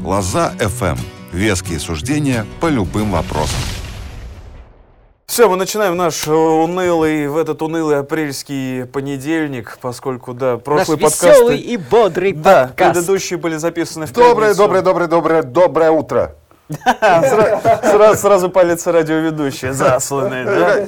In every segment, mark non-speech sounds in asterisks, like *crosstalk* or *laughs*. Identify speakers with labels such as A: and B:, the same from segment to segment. A: Лоза FM. Веские суждения по любым вопросам.
B: Все, мы начинаем наш э, унылый, в этот унылый апрельский понедельник, поскольку, да, прошлые
C: Наш
B: подкасты...
C: веселый и бодрый
B: Да,
C: подкаст.
B: предыдущие были записаны в
D: Доброе,
B: пятницу.
D: доброе, доброе, доброе, доброе утро.
B: А, сра- сра- сразу палится радиоведущие, засланные, да?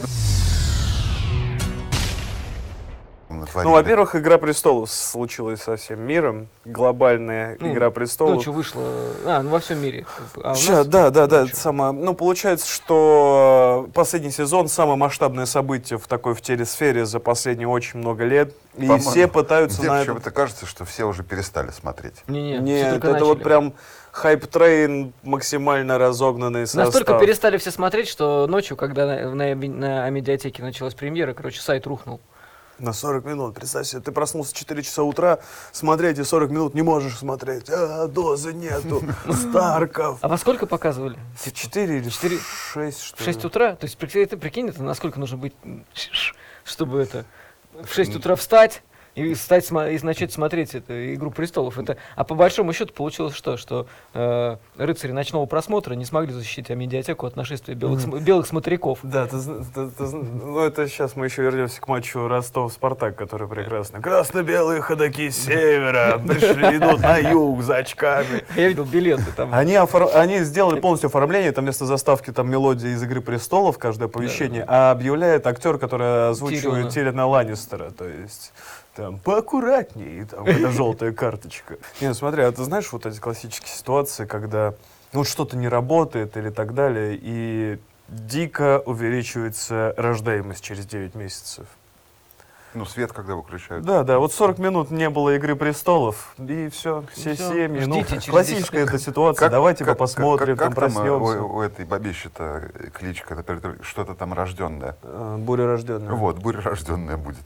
B: Ну, во-первых, «Игра престолов» случилась со всем миром. Глобальная
C: Ну,
B: «Игра престолов».
C: Ночью вышло, а, ну во всем мире. как бы. А у нас-
B: Ща, да, да, да, сама. Ну, получается, что э, последний сезон самое масштабное событие в такой в телесфере за последние очень много лет. И
D: По-моему,
B: все пытаются
D: Мне
B: на это...
D: почему-то кажется, что все уже перестали смотреть.
C: Не-не, все
B: Нет,
C: только
B: это вот
C: начали.
B: прям хайп-трейн, максимально разогнанный состав.
C: Настолько перестали все смотреть, что ночью, когда на, на, на медиатеке началась премьера, короче, сайт рухнул.
B: На 40 минут, представь себе, ты проснулся в 4 часа утра, смотреть и 40 минут не можешь смотреть. А, дозы
C: *laughs*
B: нету, Старков.
C: А во сколько показывали?
B: В 4 или в
C: Четыре-
B: 6, что
C: В
B: ли?
C: 6 утра? То есть, прикинь, ты прикинь, это насколько нужно быть, м, чтобы это... В 6 утра встать и, встать, смо- и начать смотреть это, «Игру престолов». Это, а по большому счету получилось что? Что э, рыцари ночного просмотра не смогли защитить медиатеку от нашествия белых, см- белых смотряков. *laughs*
B: Да, ты, зн- ты- ты зн- ну это сейчас мы еще вернемся к матчу Ростов-Спартак, который прекрасный. Красно-белые ходаки с
C: *laughs*
B: севера пришли, идут на юг за очками.
C: Я видел билеты
B: *laughs*
C: там.
B: Они, офор- они сделали полностью оформление, там вместо заставки там мелодия из «Игры престолов», каждое оповещение, а объявляет актер, который озвучивает
C: Тириона.
B: Тирина Ланнистера, то есть там поаккуратнее, и там эта желтая карточка. Не, ну смотри, а ты знаешь вот эти классические ситуации, когда ну, вот что-то не работает или так далее, и дико увеличивается рождаемость через 9 месяцев.
D: Ну, свет когда выключают.
B: Да, да, вот 40 минут не было «Игры престолов», и все, все
C: всё.
B: семьи. Ну,
C: Ждите через
B: классическая
C: 10.
B: эта ситуация, давайте
D: как-
B: посмотрим, там
D: как- как там, э,
B: проснемся.
D: у, у этой бабищи-то э, кличка, которая только- что-то там рожденная.
B: Э, Буря рожденная.
D: Вот, буря рожденная будет.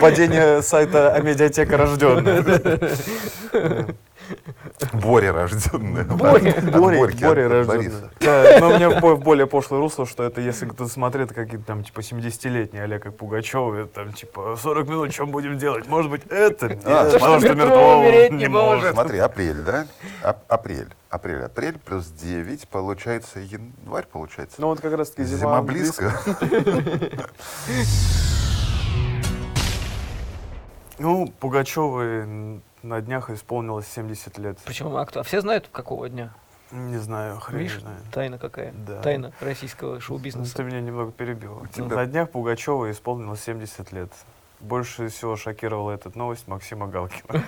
B: Падение сайта Амедиатека
D: *laughs*
B: рожденная.
D: Боря рожденная.
C: Боря.
D: От- от
B: *laughs*
D: Борьки,
B: Боря
D: от
B: рожденная.
D: Бориса.
B: Да, но у меня в бо- в более пошлое русло, что это если кто-то смотрит какие-то там типа 70-летние а как Пугачева, это там типа 40 минут, чем будем делать? Может быть, это? Нет,
D: А, что
B: Потому что
C: мертвого
B: мертвого
C: умереть
B: не
C: не
B: может.
D: Смотри, апрель, да? Ап- Апрель. Апрель, апрель плюс 9, получается, январь, получается.
B: Ну вот как раз таки
D: Зима близко.
B: Ну, Пугачевой на днях исполнилось 70 лет.
C: Причем, а кто? А все знают, какого дня?
B: Не знаю, хрен
C: Видишь,
B: знает.
C: тайна какая?
B: Да.
C: Тайна российского
B: Ну, Ты
C: шоу-бизнеса.
B: меня немного перебил.
D: тебя-
B: На днях Пугачева исполнилось 70 лет. Больше всего шокировала эта новость Максима Галкина.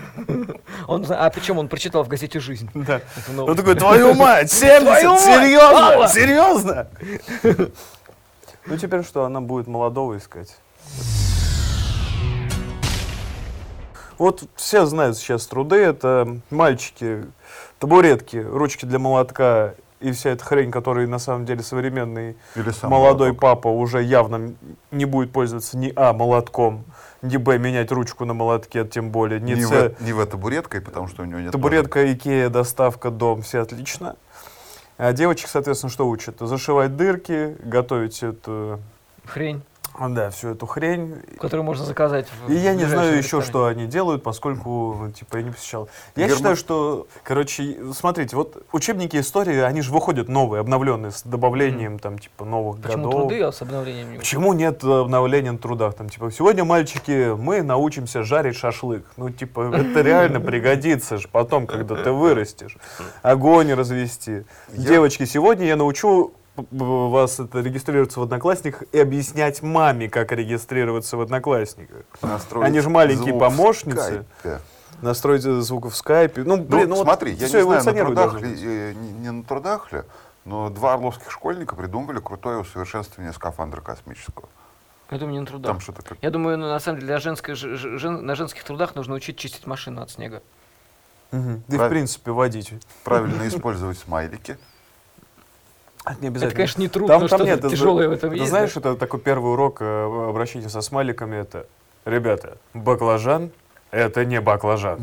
C: Он, за- а причем он прочитал в газете «Жизнь».
B: *laughs*
C: Ну,
B: Да.
C: эту
B: Он
C: новость.
B: такой, *laughs* твою мать, 70,
C: Твою мать,
B: серьезно,
C: Алла!»
B: серьезно. Ну теперь что, она будет молодого искать. Вот все знают сейчас труды, это мальчики, табуретки, ручки для молотка и вся эта хрень, которой на самом деле современный
D: Или сам
B: молодой
D: молоток.
B: папа уже явно м- не будет пользоваться ни а молотком, ни б менять ручку на молотке, тем более, ни
D: Не,
B: с
D: в, не в табуреткой, потому что у него нет...
B: Табуретка, Икея, доставка, дом, все отлично. А девочек, соответственно, что учат? Зашивать дырки, готовить эту,
C: Хрень,
B: а, да, всю эту хрень.
C: которую можно заказать. в-
B: И я не
C: в
B: знаю
C: ближайшем
B: еще,
C: ресторане.
B: что они делают, поскольку, ну, типа, я не посещал. Я
D: Герман-
B: считаю, что, короче, смотрите, вот учебники истории, они же выходят новые, обновленные, с добавлением, там, типа, новых
C: Почему
B: годов.
C: труды а с обновлением не
B: Почему нет э, обновления на трудах? Там, типа, сегодня, мальчики, мы научимся жарить шашлык. Ну, типа, это реально пригодится же потом, когда ты вырастешь. Огонь развести.
D: Я-
B: Девочки, сегодня я научу п- п- вас это, регистрироваться в Одноклассниках и объяснять маме, как регистрироваться в Одноклассниках.
D: Настроить
B: Они ж маленькие
D: звук в
B: помощницы.
D: скайпе.
B: Настроить э, звук в скайпе. Ну,
D: Ну,
B: блин, ну, вот
D: смотри, я
B: всё
D: не знаю, на
B: эволюционирует
D: трудах
B: должно
D: ли,
B: быть.
D: э, не, не на трудах ли, но два орловских школьника придумали крутое усовершенствование скафандра космического.
C: Я думаю, не на трудах.
D: Там что-то как...
C: Я думаю, ну, на самом деле, для женской, ж- ж- жен- на женских трудах нужно учить чистить машину от снега.
B: Мгм. Да и, в
D: Правильно.
B: принципе, водить.
D: Правильно
B: *laughs*
D: использовать смайлики.
B: Это А, не
C: Это,
B: обязательно.
C: конечно, не трудно,
B: Там,
C: что
B: там нет, это-
C: тяжелое ну в этом
B: ты
C: есть. да.
B: знаешь,
C: *laughs*
B: это такой первый урок э, обращения со смайликами, это, ребята, баклажан — это не *laughs* баклажан.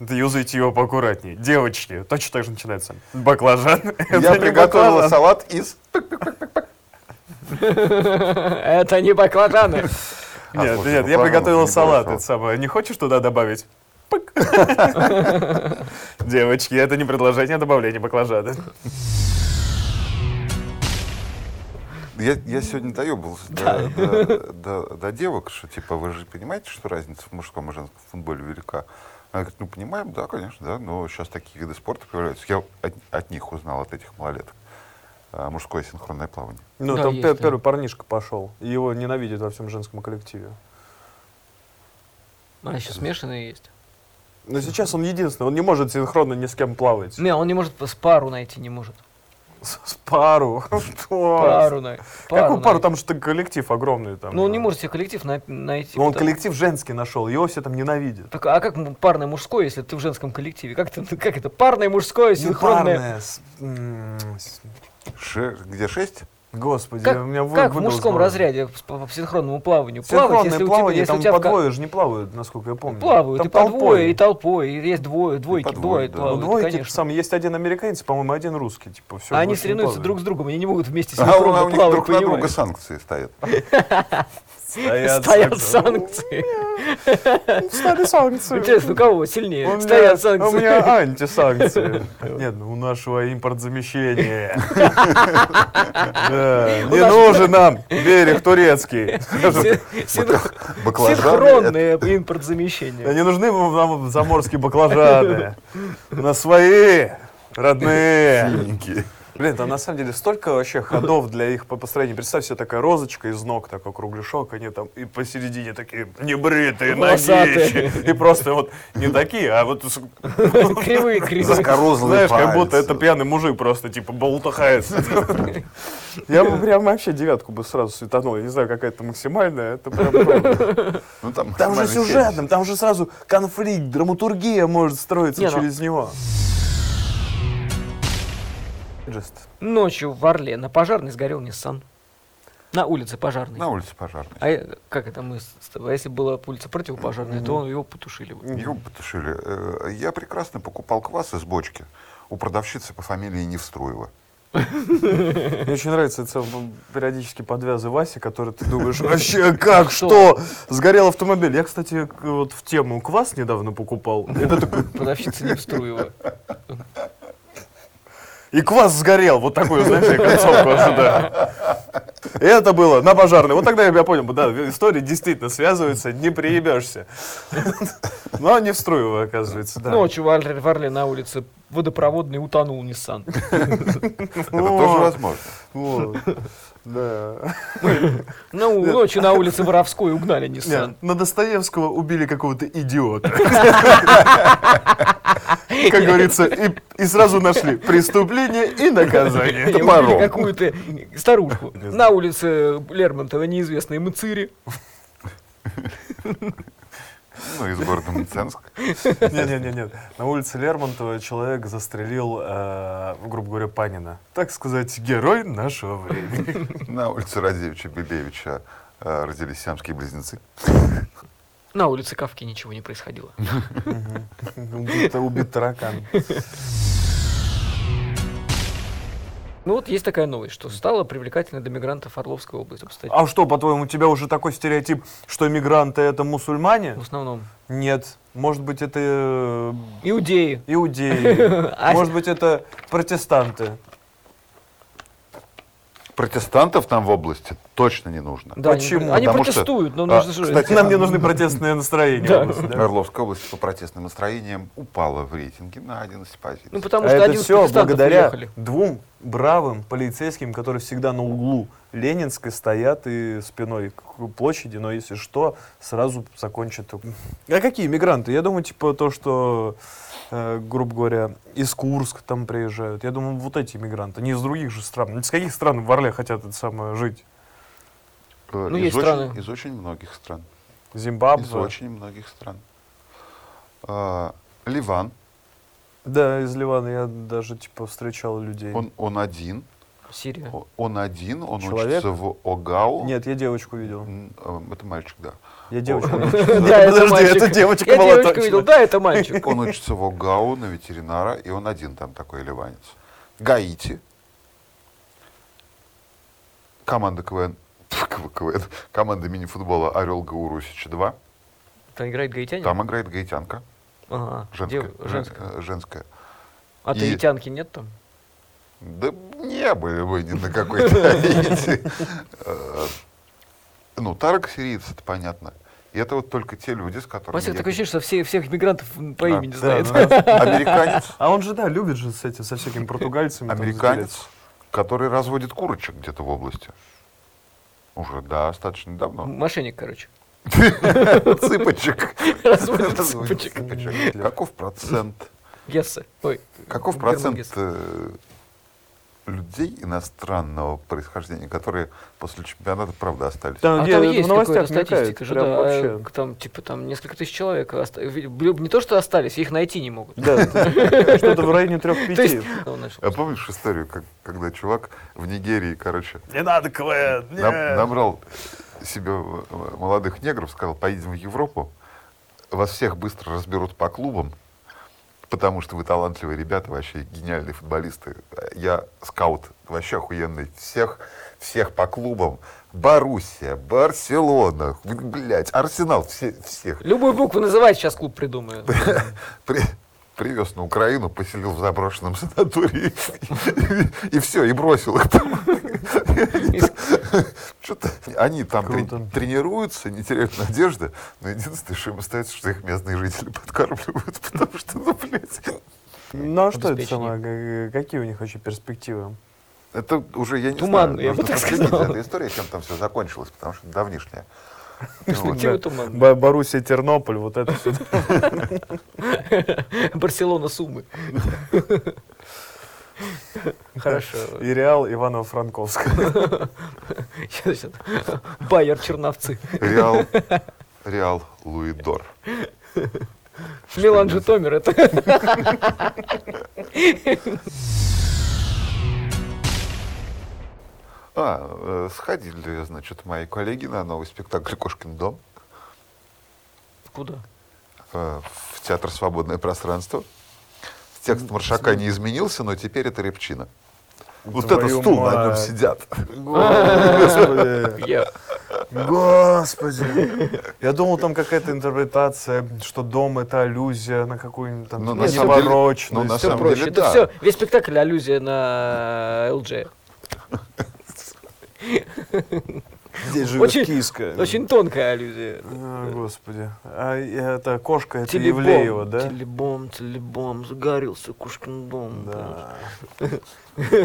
B: Да Юзайте его поаккуратнее. Девочки, точно так же начинается. Баклажан — это
D: Я
B: не а?
D: приготовила
B: баклажан.
D: салат из...
C: Это не баклажаны.
D: А,
B: Нет,
D: слушай,
B: нет, я *laughs*
D: баклажан
B: приготовила
D: очень
B: салат,
D: хорошо.
B: это самое. Не хочешь туда добавить? *laughs* Пык. Девочки, это не предложение, а добавление баклажана.
D: Я, я сегодня доебался до, до- до- до девок, что типа вы же понимаете, что разница в мужском и женском футболе велика. Она говорит, ну понимаем, да, конечно, да, но сейчас такие виды спорта появляются. Я от, от них узнал, от этих малолеток, а, мужское синхронное плавание.
B: Ну,
C: Да,
B: там
C: есть,
B: пе-
C: да.
B: первый парнишка пошел. и Его ненавидят во всем женском коллективе.
C: А еще смешанные есть.
B: Но сейчас он единственный, он не может синхронно ни с кем плавать.
C: Не, он не может с пару найти, не может.
B: С, с пару. *laughs* Что?
C: Пару, най-
B: Какую пару?
C: найти.
B: Там же так коллектив огромный. Там,
C: Ну, он не может себе коллектив най- найти.
B: Но Ну, он
C: потому-
B: коллектив женский нашел, его все там ненавидят.
C: Так, а как м- парное мужское, если ты в женском коллективе? Как, ты, *laughs* как это? Парное мужское,
B: Ну,
C: синхронное.
B: парное, с- м, с-
D: Ше- где шесть?
B: Господи,
C: Как,
B: у меня вы-
C: как в
B: выдал
C: мужском
B: здорово.
C: разряде с- по, по синхронному плаванию?
B: Синхронное
C: Плавать, если у тебя,
B: плавание,
C: если
B: там
C: у тебя в
B: по
C: ка- Ну,
B: двое же не плавают, насколько я помню.
C: плавают,
B: Там
C: и по
B: толпой.
C: двое, и толпой, и есть двое, двойки,
D: по
C: двое
D: двое, да.
B: Ну,
C: плавают,
B: двойки,
C: конечно.
B: сам, есть один американец, по-моему, один русский. Типа, все,
C: а они соревнуются друг с другом, они не могут вместе
D: А у,
C: синхронно
D: у них
C: плавать,
D: друг на друга
C: понимаешь?
D: санкции стоят.
C: *laughs* Стоят санкции.
B: Стали санкции.
C: Интересно, у кого
B: У
C: сильнее?
B: меня-
C: Стоят
B: У меня
C: санкции.
B: антисанкции. *laughs* Нет, ну у нашего импортзамещения. *laughs* Да,
C: У
B: Не *laughs*
C: нас-
B: нужен нам берег турецкий.
C: Син-
D: Баклажаны.
C: Синхронное
B: Да
C: импортзамещение.
B: не нужны нам заморские баклажаны. На свои
D: это
B: родные.
D: синенькие.
B: Блин, там на самом деле столько вообще ходов для их по- построения. Представь себе такая розочка из ног, такой кругляшок, они там и посередине такие небритые,
C: Волосатые.
B: ноги. И просто вот не такие, а вот с-
C: *laughs* Кривые, кривые.
D: Заскорузлые
B: Знаешь, как будто
D: пальцы.
B: это пьяный мужик просто, типа, болтыхается. Я бы прям вообще девятку бы сразу светанул. Я не знаю, какая это максимальная. Это *laughs* прям правда.
D: Ну,
B: Там
D: там
B: же
D: нормальный фильм.
B: сюжетным, там же сразу конфликт, драматургия может строиться
C: Не, ну-
B: через него. Джест.
C: Ночью в Орле на пожарной сгорел Ниссан. На улице пожарной.
D: На улице пожарный.
C: А э, как это мы с с тобой? А если была улица противопожарная, то его потушили. бы.
D: Его потушили. Э, Я прекрасно покупал квас из бочки у продавщицы по фамилии Невструева.
B: Мне очень нравится это сам- периодически подвязы Васи, который ты думаешь, *laughs* вообще как, что? Сгорел автомобиль. Я, кстати, к- вот в тему квас недавно покупал. Это такой,
C: Продавщица Невструева.
B: И квас сгорел. Вот такую, знаешь, я концовку ожидаю. И это было на пожарной. Вот тогда я понял, да, истории действительно связываются, не приебешься. Но не в струю, оказывается, да.
C: Ночью в Орле, в Орле на улице водопроводный утонул Ниссан.
D: Это
B: О.
D: тоже возможно.
B: Вот. Да.
C: Ну, ночью на улице Воровской угнали Ниссан.
B: Не, на Достоевского убили какого-то идиота. Как говорится, и, и сразу нашли преступление и наказание.
C: Или убили какую-то старушку. На улице Лермонтова неизвестные мыцири.
D: Ну, из города Мценск.
B: Нет, нет, нет, нет. На улице Лермонтова человек застрелил, э, грубо говоря, Панина. Так сказать, герой нашего времени.
D: На улице Радевича Бебевича э, родились сиамские близнецы.
C: На улице Кавки ничего не происходило.
B: *laughs* Убит, убит таракан.
C: Ну вот есть такая новость, что стало привлекательно до мигрантов Орловской области. Кстати,
B: А что, по-твоему, у тебя уже такой стереотип, что мигранты это мусульмане?
C: в основном
B: Нет. Может быть, это
C: иудеи.
B: э, *laughs* иудеи. Может быть, это протестанты.
D: Протестантов там в области точно не нужно.
C: Да, они-
B: Почему?
C: Они
D: Потому что-
C: протестуют, но
D: а,
C: нужно же...
D: кстати,
B: Нам не нужны протестные настроения.
C: Да.
B: просто, да?
D: Орловская область по протестным настроениям упала в рейтинге на 11 позиций.
C: Ну, потому
B: А
C: что
B: это
C: один из
B: все
C: протестантов
B: благодаря
C: уехали.
B: двум бравым полицейским, которые всегда на углу Ленинской стоят и спиной к площади, но если что, сразу закончат. А какие мигранты? Я думаю, типа то, что, э, грубо говоря, из Курска там приезжают. Я думаю, вот эти мигранты, не из других же стран. Из каких стран в Орле хотят это самое жить?
D: Э,
C: ну,
D: из
C: есть
D: очень-
C: страны.
D: Из очень многих стран. Из
B: Зимбабве?
D: очень многих стран. А, Ливан,
B: Да, из Ливана я даже типа встречал людей.
D: он, он один.
C: Сирия.
D: О- Он один, он
B: Человек?
D: учится в ОГАУ.
B: Нет, я девочку видел.
D: М, э, Это мальчик, да.
B: Я девочку
D: Он
B: видел.
D: учится-
C: *laughs* Да, это
B: Подожди,
C: мальчик.
B: это девочка
C: Я
B: была
C: девочку
B: точно.
C: видел, да, это
D: *laughs*
C: мальчик.
D: Он учится в ОГАУ на ветеринара, и он один там такой ливанец. Гаити. Команда КВН. *laughs* Тьфу, КВН. Команда мини-футбола Орел Гаурусича 2.
C: Там играет гаитянин.
D: Там играет гаитянка.
C: Ага,
D: Женская.
C: дев- женская.
D: Э, женская.
C: А
D: И-
C: таитянки нет там?
D: Да не были вы ни на какой Таити. Э, Ну, Тарак сириец, это понятно. И это вот только те люди, с которыми...
C: Вася,
D: я-
C: такое ощущение, что все, всех мигрантов м, по
D: Да,
B: А,
C: имени
B: да,
C: знает. *laughs*
B: да.
D: Американец,
B: А он же, да, любит же с этим, со *laughs* всякими португальцами. там
D: американец, который разводит курочек где-то в области. Уже достаточно
B: Ну.
C: *laughs*
D: давно.
C: Мошенник, короче.
B: *laughs*
D: Цыпочек.
C: Разводит
D: Разводит
C: цыпочек.
D: цыпочек. Каков процент?
C: Гессе. Ой.
D: Каков
C: Герман
D: процент
C: Гессе.
D: э, людей иностранного происхождения, которые после чемпионата, правда, остались?
B: Да,
C: А
B: Ну, я-
C: там
B: в
C: есть
B: новостях
C: какая-то
B: мелькает,
C: статистика же,
B: прям
C: да,
B: вообще.
C: э, там, типа, там несколько тысяч человек. а оста- ви- блю- Не то, что остались, их найти не
B: *laughs*
C: могут.
B: Да, это что-то в районе
C: То
B: трех-пяти.
C: есть, *laughs* он нашел.
B: Э,
D: А помнишь историю, как, когда чувак в Нигерии, короче,
B: Не надо КВН,
D: нам- набрал себе э, молодых негров, сказал, поедем в Европу, вас всех быстро разберут по клубам, потому что вы талантливые ребята, вообще гениальные футболисты. Я скаут, вообще охуенный. Всех, всех по клубам. Боруссия, Барселона, блядь, Арсенал, все, всех.
C: Любую букву называть, сейчас
B: *laughs*
C: клуб придумаю. *laughs*
D: При- привез на Украину, поселил в заброшенном санатории. И все, и бросил их там. Что-то они там трени-
B: Круто.
D: тренируются, не теряют надежды. Но единственное, что им остается, что их местные жители подкармливают, потому что, ну, блядь.
B: Ну а что это
C: обеспечение.
B: самое? г- г- Какие у них вообще перспективы?
D: Это уже, я не
C: Туманно,
D: знаю.
C: я бы
D: нужно
C: так
D: проследить
C: сказал.
D: за этой историей, чем там все закончилось, потому что это давнишняя. Вот.
C: Перспективы туманные.
B: Бо- Боруссия, Тернополь, вот это все.
C: *laughs* Барселона, Сумы. *laughs* Хорошо.
B: *laughs*
C: *laughs*
B: И Реал Иваново-Франковск. *laughs*
C: Сейчас, сейчас. Байер, Черновцы.
D: Реал, Реал Луидор.
C: Милан Житомир это. *laughs*
D: А, э, сходили, значит, мои коллеги на новый спектакль «Кошкин дом»
C: Куда?
D: э, в Театр «Свободное пространство». Текст Маршака не изменился, но теперь это репчина. Вот это
B: Твою
D: стул, на нем
B: мать.
D: сидят. *laughs*
B: Господи.
C: Я.
B: *laughs* Господи. Я думал, там какая-то интерпретация, что дом это аллюзия на какую-нибудь там
D: Ну,
B: типа,
D: на самом деле- ну, на
B: неворочность.
D: самом
C: Все
D: деле,
C: проще. Это
D: да.
C: все, весь спектакль аллюзия на ЛД.
B: Здесь живет
C: Очень-
B: киска.
C: Очень тонкая аллюзия.
B: А, Господи. А это кошка, это
C: Телебом,
B: Евлеева, да?
C: Телебом, телебом, загорелся Кушкин дом.
B: Да.
C: да.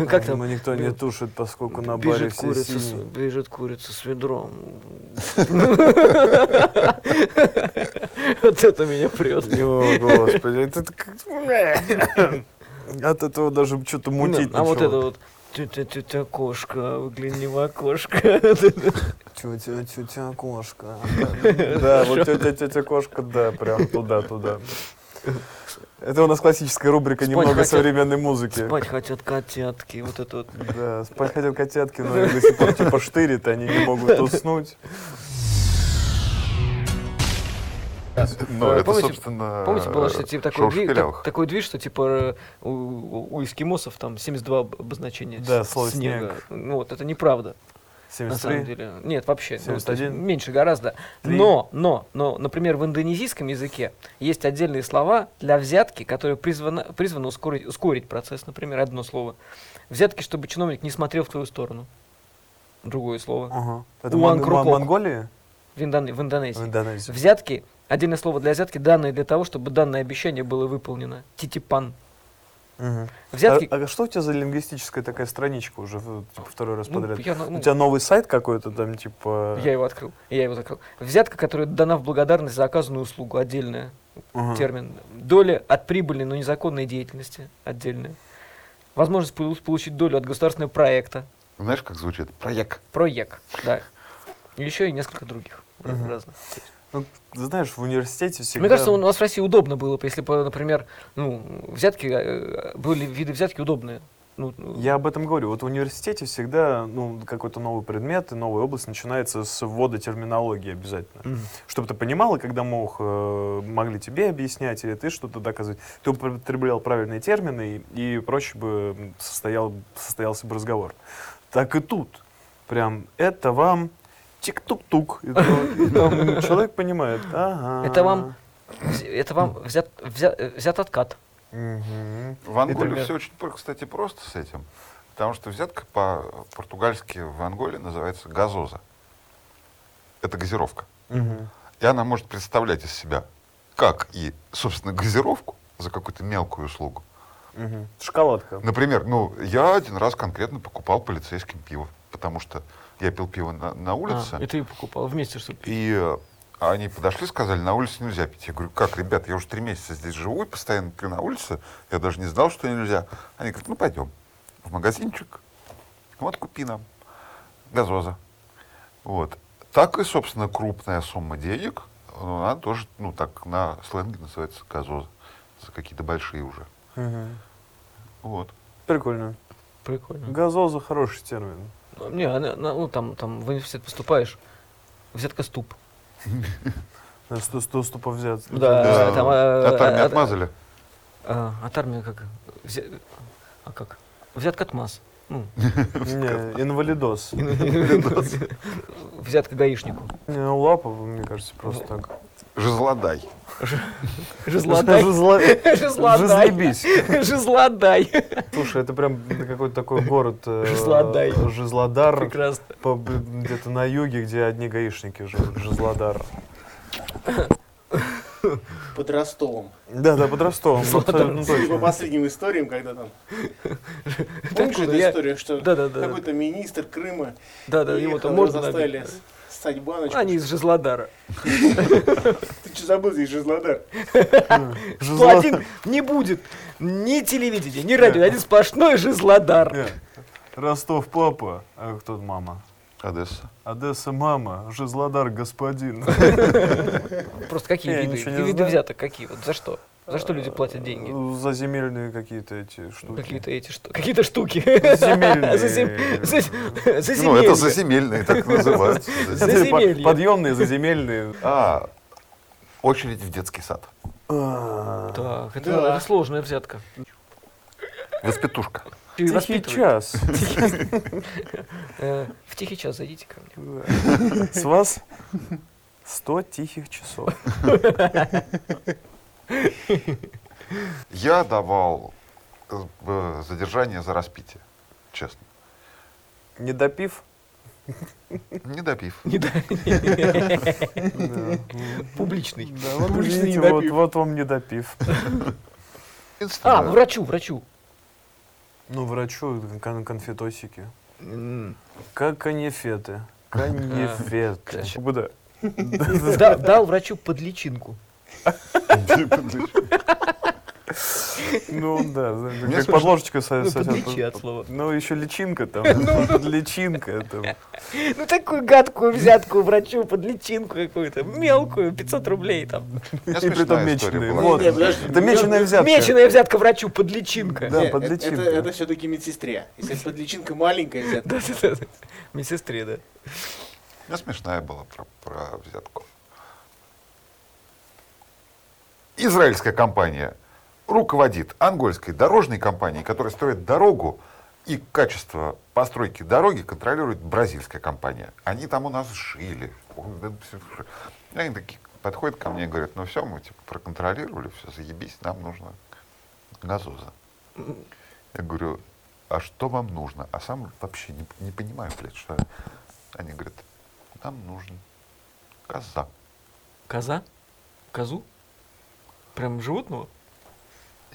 C: *laughs* Как там?
B: Но никто не
C: Бе-
B: тушит, поскольку на баре
C: Бежит
B: все
C: курица, с,
B: синие.
C: бежит курица
B: *laughs*
C: с ведром. Вот это меня прет.
B: О, господи, это как- От этого даже что-то мутить
C: А вот это
B: начало.
C: вот. Тетя кошка, выгляни в окошко.
B: Тетя, тетя
C: *laughs*
B: кошка. Да, вот тетя, тетя кошка, да, прям туда, туда. Это у нас классическая рубрика
C: Спать
B: немного
C: хотят.
B: современной музыки.
C: Спать хотят котятки, вот это вот.
B: Да, спать хотят котятки, но их до сих пор типа штырит, они не могут уснуть.
D: Ну, это,
C: Помните-
D: собственно,
C: Помните, было что типа такой,
D: шоу
C: дви- так-
D: Шепелявых.
C: такой движ, что типа э, у, у эскимосов там 72 об- обозначения
B: Да,
C: с-
B: слово
C: снега. Ну, вот это неправда, на самом
B: 73.
C: деле. Нет, вообще. ну, то есть
B: 71?
C: меньше гораздо.
B: Три?
C: Но, но, но, например, в индонезийском языке есть отдельные слова для взятки, которые призваны, призваны ускорить, ускорить процесс, например, одно слово. Взятки, чтобы чиновник не смотрел в твою сторону. Другое слово.
B: Ага. Это
C: Уан
B: Мон- Мон-
C: Крукок.
B: Монголия?
C: В, Индоне- в Индонезии.
B: В Индонезии.
C: Взятки, отдельное слово для взятки, данные для того, чтобы данное обещание было выполнено. Титипан.
B: Мгм.
C: Взятки...
B: А, а что у тебя за лингвистическая такая страничка уже в- типа, второй раз
C: Ну,
B: подряд?
C: я, на- ну,
B: У тебя новый сайт какой-то там, типа...
C: я его открыл, я его закрыл. Взятка, которая дана в благодарность за оказанную услугу, отдельная
B: Ага.
C: термин. Доля от прибыльной, но незаконной деятельности, отдельная. Возможность полу- получить долю от государственного проекта,
D: Знаешь, как звучит? Проект.
C: проект, да. Еще и несколько других раз-
B: Мгм.
C: разных.
B: Ну, знаешь, в университете всегда...
C: Мне кажется, у нас в России удобно было бы, если бы, например, ну, взятки, э, были виды взятки удобные. Ну, ну,
B: Я об этом говорю. Вот в университете всегда ну, какой-то новый предмет и новая область начинается с ввода терминологии обязательно.
C: Мгм.
B: Чтобы ты понимала, когда мог, э, могли тебе объяснять, или ты что-то доказывать, ты употреблял правильные термины, и, и проще бы м, состоял, состоялся бы разговор. Так и тут. Прям это вам тик-тук-тук. И то- и там Человек понимает. Ага.
C: Это вам
B: А.
C: вз- это вам взят, взят, взят откат.
B: Мгм.
D: В Анголе
C: Например.
D: все очень, про- кстати, просто с этим. Потому что взятка по-португальски в Анголе называется газоза. Это газировка.
B: Мгм.
D: И она может представлять из себя, как и, собственно, газировку за какую-то мелкую услугу.
B: Мгм. Шоколадка.
D: Например, ну, я один раз конкретно покупал полицейским пиво, потому что я пил пиво на, на улице.
C: А, и ты покупал вместе, чтобы пить.
D: И э, они подошли, сказали, на улице нельзя пить. Я говорю, как, ребят, я уже три месяца здесь живу и постоянно пью на улице. Я даже не знал, что нельзя. Они говорят, ну пойдем в магазинчик. Вот купи нам газоза. Вот. Так и, собственно, крупная сумма денег, ну, она тоже, ну, так на сленге называется газоза. За какие-то большие уже.
B: Мгм.
D: Вот.
B: Прикольно.
C: Прикольно.
B: Газоза хороший термин.
C: Ну, Не, она- на- ну там, там в университет поступаешь, взятка ступ.
B: На сто сто ступов взят.
C: Да.
D: Да.
C: там, э,
D: От армии
C: э,
D: отмазали.
C: А, от армии как? Взя- А как? Взятка отмаз. Ну,
B: Не, инвалидос.
C: взятка гаишнику.
B: Не, у Лапова, мне кажется, просто так.
D: Жезлодай.
C: Жезлодай.
B: *laughs* Жезла-
C: Жезлодай.
B: Жезлебись.
C: Жезлодай.
B: Слушай, это прям какой-то такой город. э,
C: Жезлодай.
B: Жезлодар.
C: Прекрасно.
B: по- б- Где-то на юге, где одни гаишники живут. Жезлодар.
E: Под Ростовом.
B: Да, да, под Ростовом. Ну,
C: Жезлодар.
B: абсолютно
E: Судя По
B: точно.
E: последним историям,
C: *laughs*
E: когда там... Помнишь
C: откуда?
E: эту
C: Я-
E: историю, что
C: Да-да-да.
E: какой-то министр Крыма
C: Да, да,
E: ему
C: его там можно
E: заставили
C: набить.
E: ссать баночку?
C: Они из Жезлодара.
E: Ты что забыл здесь Жезлодар?
B: Жезло-
C: Платин Ну, не будет ни телевидения, ни радио, один сплошной Жезлодар.
B: Не, Ростов папа, а кто мама?
D: Одесса.
B: Одесса мама, Жезлодар
C: *laughs*
B: господин.
C: Просто какие
B: Я
C: виды?
B: ничего не
C: Виды
B: знаю.
C: взяток какие? Вот за что? За что люди платят деньги?
B: За земельные какие-то эти штуки.
C: Какие-то эти что? Какие-то штуки.
B: Земельные.
C: За зем- за зем- за
D: Ну, это
C: земельные.
D: заземельные, так называются.
C: За
B: Эти по-
C: земелье.
B: Подъемные, заземельные.
D: А, очередь в детский сад.
C: Так, это,
E: Да.
C: это сложная взятка.
D: Воспитушка.
C: Ты
B: Тихий
C: воспитывай.
B: час.
C: Э, В тихий час зайдите ко мне.
B: С вас 100 тихих часов.
D: Я давал э, э, задержание за распитие, честно.
B: Не допив?
D: Не допив.
C: Не да-
B: Да.
C: Публичный.
B: Да, вот
C: Публичный
B: видите,
C: не
B: вот-
C: допив.
B: вот вам не допив.
D: Единственное,
C: А, врачу, врачу.
B: Ну, врачу кон- конфетосики.
C: М,
B: Как конефеты. Конефеты.
C: Короче.
B: Куда?
C: да- Дал врачу под личинку.
B: Ну да, знаете,
D: Мне
B: как
D: смешно.
B: под ложечкой со-
C: Ну,
B: сосед-
C: подлечи от слова.
B: Ну, еще личинка там. Личинка там.
C: Ну, такую гадкую взятку врачу под личинку какую-то, мелкую, 500 рублей там.
D: у меня
B: И притом
D: смешная история
B: меченые.
D: была.
B: Вот.
E: Не, подожди,
B: Это меченая взятка.
C: ну, Меченая взятка врачу под личинка.
B: Да,
E: Не,
B: под
E: э-
B: личинку.
E: Это, это все-таки медсестре. Если под
C: *laughs*
E: личинка маленькая взята.
C: Да-да-да. Медсестре, да.
D: У меня смешная была про, про взятку. Израильская компания руководит ангольской дорожной компанией, которая строит дорогу, и качество постройки дороги контролирует бразильская компания. Они там у нас жили. И Они такие подходят ко мне и говорят, ну все, мы типа проконтролировали, все, заебись, нам нужно газоза. Я говорю, а что вам нужно? А сам вообще не, не понимаю, блядь, что... Они говорят, нам нужен коза.
C: Коза? Козу? Прям животного?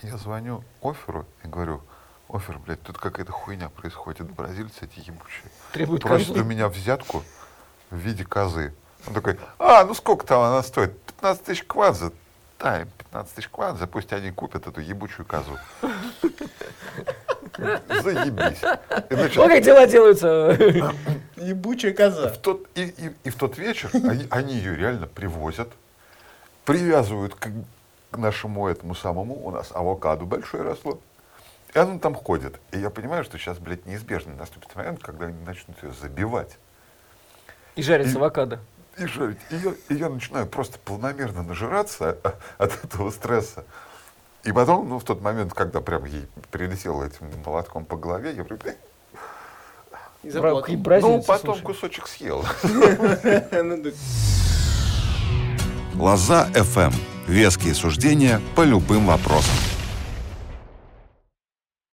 D: Я звоню Оферу и говорю, Офер, блядь, тут какая-то хуйня происходит. Бразильцы эти ебучие.
C: Требует *laughs*
D: Просят у
C: козу?
D: меня взятку в виде козы. Он такой, а, ну сколько там она стоит? 15 тысяч квадза. Да, им 15 тысяч квадза, пусть они купят эту ебучую козу. Заебись. И, значит,
C: О, как дела делаются? *laughs*
E: Ебучая коза.
D: в тот, и, и- и в тот вечер *laughs* они, они ее реально привозят, привязывают к, к нашему этому самому, у нас авокадо большое росло. И она там ходит. И я понимаю, что сейчас, блядь, неизбежно наступит момент, когда они начнут ее забивать
C: И жарится авокадо.
D: и жарить. И я, и я начинаю просто планомерно нажираться а, от этого стресса. И потом, ну, в тот момент, когда прям ей прилетело этим молотком по голове, я прям, «Э,
C: Бра-
E: И
C: и
E: заплакал.
C: бразильцы,
D: ну, потом
C: слушай.
D: кусочек съел.
E: *laughs* Ну, да.
A: Лоза FM. Веские суждения по любым вопросам.